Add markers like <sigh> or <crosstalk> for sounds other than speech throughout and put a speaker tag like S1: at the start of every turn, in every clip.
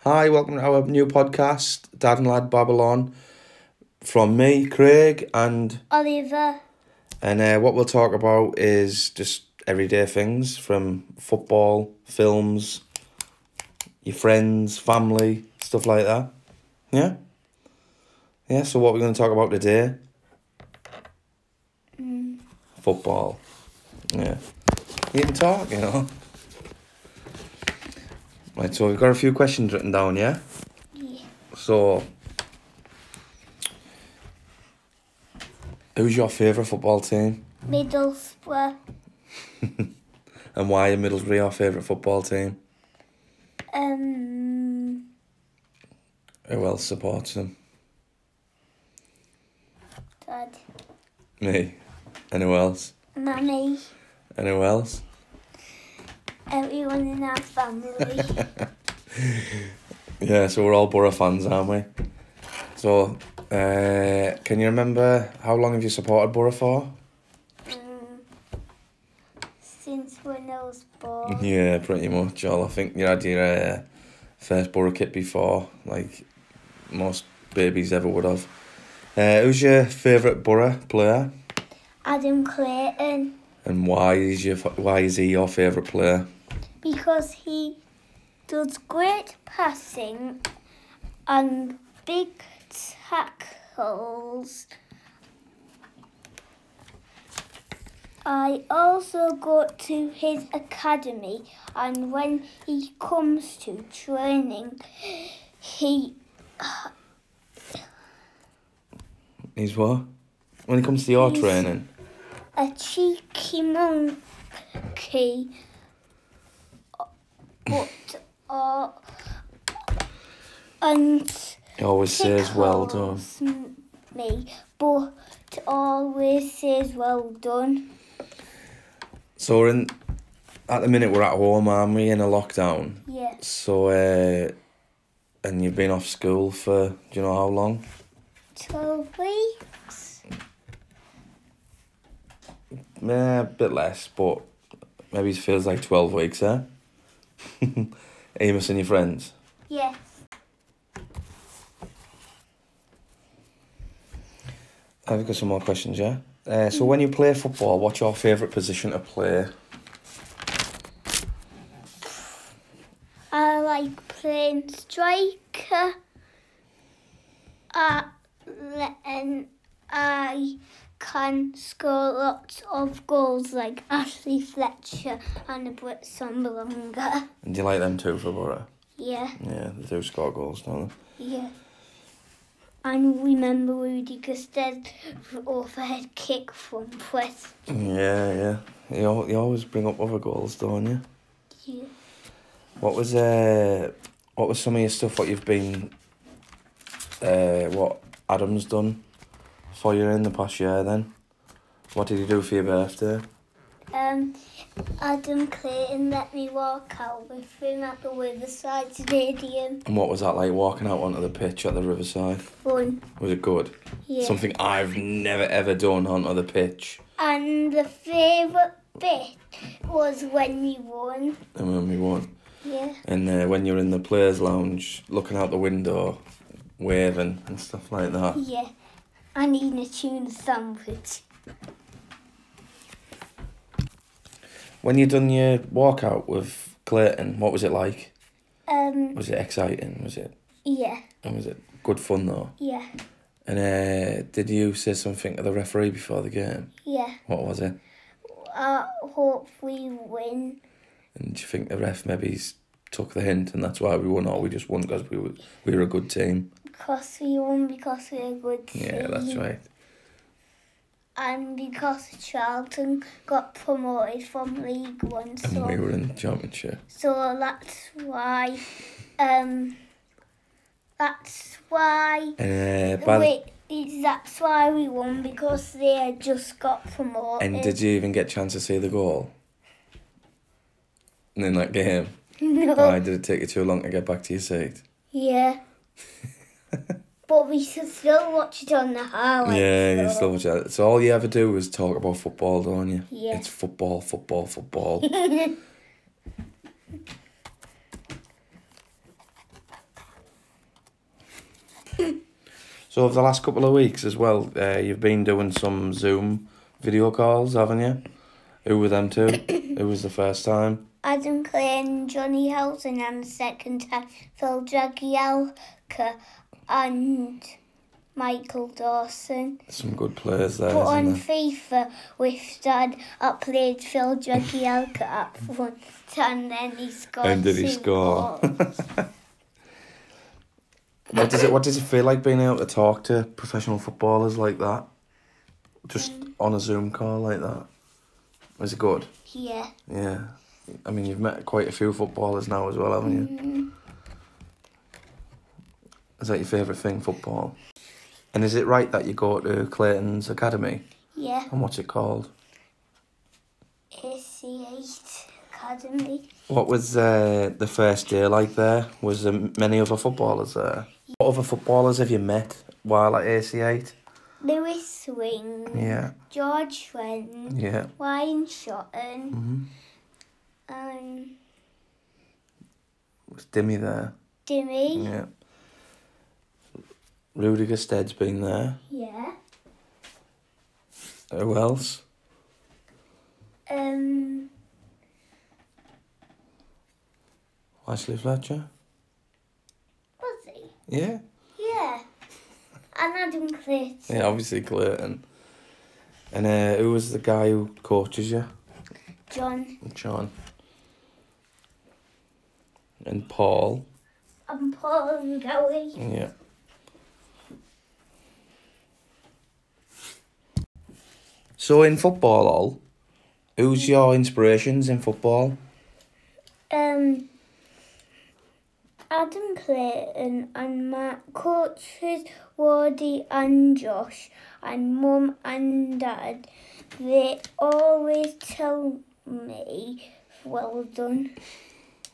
S1: Hi, welcome to our new podcast, Dad and Lad Babylon, from me, Craig, and
S2: Oliver.
S1: and uh, what we'll talk about is just everyday things from football, films, your friends, family, stuff like that. Yeah. Yeah. So what we're going to talk about today? Football. Yeah. You can talk, you know. Right, so we've got a few questions written down, yeah?
S2: Yeah.
S1: So, who's your favourite football team
S2: Middlesbrough.
S1: and why are Middlesbrough your favourite football team?
S2: Um,
S1: Who else supports them?
S2: Dad.
S1: Me. And who else?
S2: Mummy.
S1: And who else?
S2: Everyone in our family.
S1: Yeah, so we're all Borough fans, aren't we? So, uh, can you remember how long have you supported Borough for?
S2: um, since when I was born.
S1: Yeah, pretty much all. I think you had your uh, first Borough kit before, like most babies ever would have. Uh, who's your favourite Borough player?
S2: Adam Clayton.
S1: And why is your fa- why is he your favourite player?
S2: Because he does great passing and big tackles. I also go to his academy, and when he comes to training, he
S1: He's what? When it comes to your
S2: He's-
S1: training,
S2: a cheeky monkey, but uh, and
S1: he always says well done.
S2: tickles Me, but always says well done.
S1: So we're in at the minute we're at home, aren't we? In a lockdown.
S2: Yeah,
S1: So uh, and you've been off school for do you know how long?
S2: twelve weeks.
S1: Yeah, a bit less, but maybe it feels like twelve weeks, eh? <laughs> Amos and your friends.
S2: Yes.
S1: I've got some more questions, yeah. Uh, so when you play football, what's your favourite position to play?
S2: I like playing striker. Uh, and I can score lots of goals like Ashley Fletcher and Britt Sombalonga.
S1: And do you like them too for Borough?
S2: Yeah,
S1: Yeah, they do score goals, don't
S2: yeah. And remember Rudy Gusted overhead kick from West.
S1: they? Yeah, yeah. You, al- you always bring up other goals, don't you?
S2: Yeah.
S1: What was uh, what was some of your stuff? What you've been, uh, what Adam's done for you in the past year? Then, what did he do for your birthday?
S2: Um, Adam Clayton let me walk out with him at the Riverside Stadium.
S1: And what was that like walking out onto the pitch at the Riverside?
S2: Fun.
S1: Was it good?
S2: Yeah.
S1: Something I've never ever done onto the pitch.
S2: And the favourite bit was when you won.
S1: And when we won,
S2: Yeah.
S1: and uh, when you're in the players' lounge, looking out the window, waving and stuff like that.
S2: Yeah. I need a tuna sandwich.
S1: When you done your walkout with Clayton, what was it like?
S2: Um,
S1: Was it exciting? Was it
S2: yeah,
S1: and was it good fun though?
S2: yeah,
S1: And uh, did you say something to the referee before the game?
S2: yeah.
S1: What was it?
S2: I hope we win.
S1: And do you think the ref maybe s- took the hint and that's why we won or we just won because we were we were a good team?
S2: Because we won because we're a good team.
S1: Yeah, that's right.
S2: And because Charlton got promoted from League One. So
S1: And we were in the championship.
S2: So that's why, um, that's why
S1: And uh, by the,
S2: wait, is- that's why we won because they had just got promoted.
S1: and did you even get a chance to see the goal? And in that game,
S2: <laughs> no,
S1: why did it take you too long to get back to your seat? <laughs>
S2: yeah. but we should still watch it on the highlights.
S1: yeah, you
S2: though.
S1: still watch that. So all you ever do is talk about football, don't you?
S2: Yeah.
S1: It's football, football,
S2: <laughs>
S1: football. So over the last couple of weeks as well, uh, you've been doing some Zoom video calls, haven't you? Who were them two? Who was the first time?
S2: Adam Clay and Johnny Helton and second time Phil Jagielka and Michael Dawson.
S1: Some good players there,
S2: But on
S1: isn't there?
S2: FIFA with Dad, I played Phil Jagielka up front and then he scored.
S1: And did he
S2: two
S1: score?
S2: goals.
S1: <laughs> What does it What does it feel like being able to talk to professional footballers like that? Just on a Zoom call like that. Is it good?
S2: yeah.
S1: Yeah. I mean, you've met quite a few footballers now as well, haven't you?
S2: Mm,
S1: Is that your favourite thing, football? And is it right that you go to Clayton's Academy?
S2: yeah.
S1: And what's it called?
S2: It's the 8 Academy.
S1: What was uh, the first day like there? Was there many other footballers there? What other footballers have you met while at AC8?
S2: Lewis Swing.
S1: Yeah,
S2: George Friend.
S1: yeah.
S2: Ryan Shotton.
S1: hmm
S2: Um,
S1: Was Dimmy there?
S2: Dimmy.
S1: Yeah. Rudiger Stead's been there.
S2: Yeah.
S1: Who else?
S2: Um,
S1: Ashley Fletcher?
S2: was he?
S1: Yeah.
S2: Yeah. And Adam Clayton.
S1: Yeah, obviously Clayton. And uh, who was the guy who coaches you?
S2: John
S1: John. And Paul.
S2: and Paul and Gary.
S1: Yeah. So in football, all, who's your inspirations in football?
S2: Um, Adam Clayton and Matt coaches Wardy and Josh and Mum and Dad. They always tell me, well done.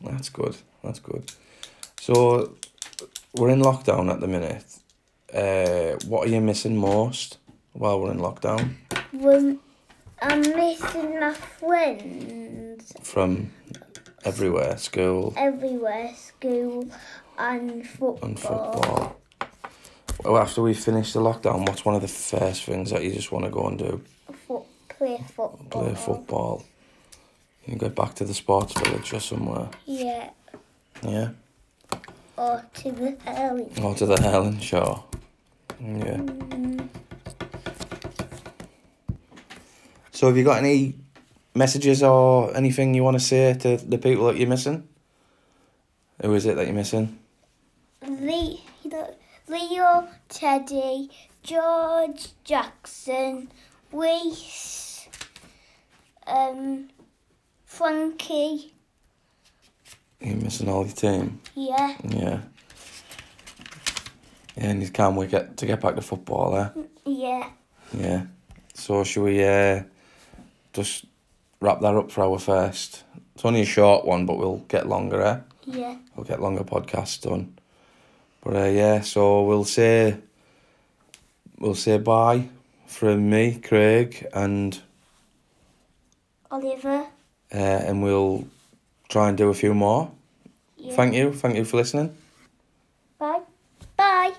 S1: That's good. That's good. So we're in lockdown at the minute. Uh, what are you missing most while we're in lockdown
S2: Well, I'm missing my friends.
S1: from everywhere, school
S2: everywhere, school and football.
S1: and football? Well, after we finish the lockdown, what's one of the first things that you just want to go and do?
S2: Fo- play football.
S1: play football. You can go back to the sports village or somewhere.
S2: Yeah,
S1: Yeah.
S2: or to the early.
S1: Or to the Helen Shore. Yeah. So have you got any messages or anything you want to say to the people that you're missing? Who is it that you're missing?
S2: Le- Leo, Teddy, George Jackson, Reese, um, Frankie.
S1: You're missing all your team.
S2: Yeah,
S1: Yeah. Yeah, and you can't wait get to get back to football, eh?
S2: yeah.
S1: Yeah. So should we uh, just wrap that up for our first? It's only a short one, but we'll get longer, eh?
S2: Yeah,
S1: We'll get longer podcasts done. But uh, yeah, so we'll say we'll say bye from me, Craig, and
S2: Oliver.
S1: uh, and we'll try and do a few more.
S2: Yeah.
S1: Thank you, thank you for listening.
S2: Bye. Bye.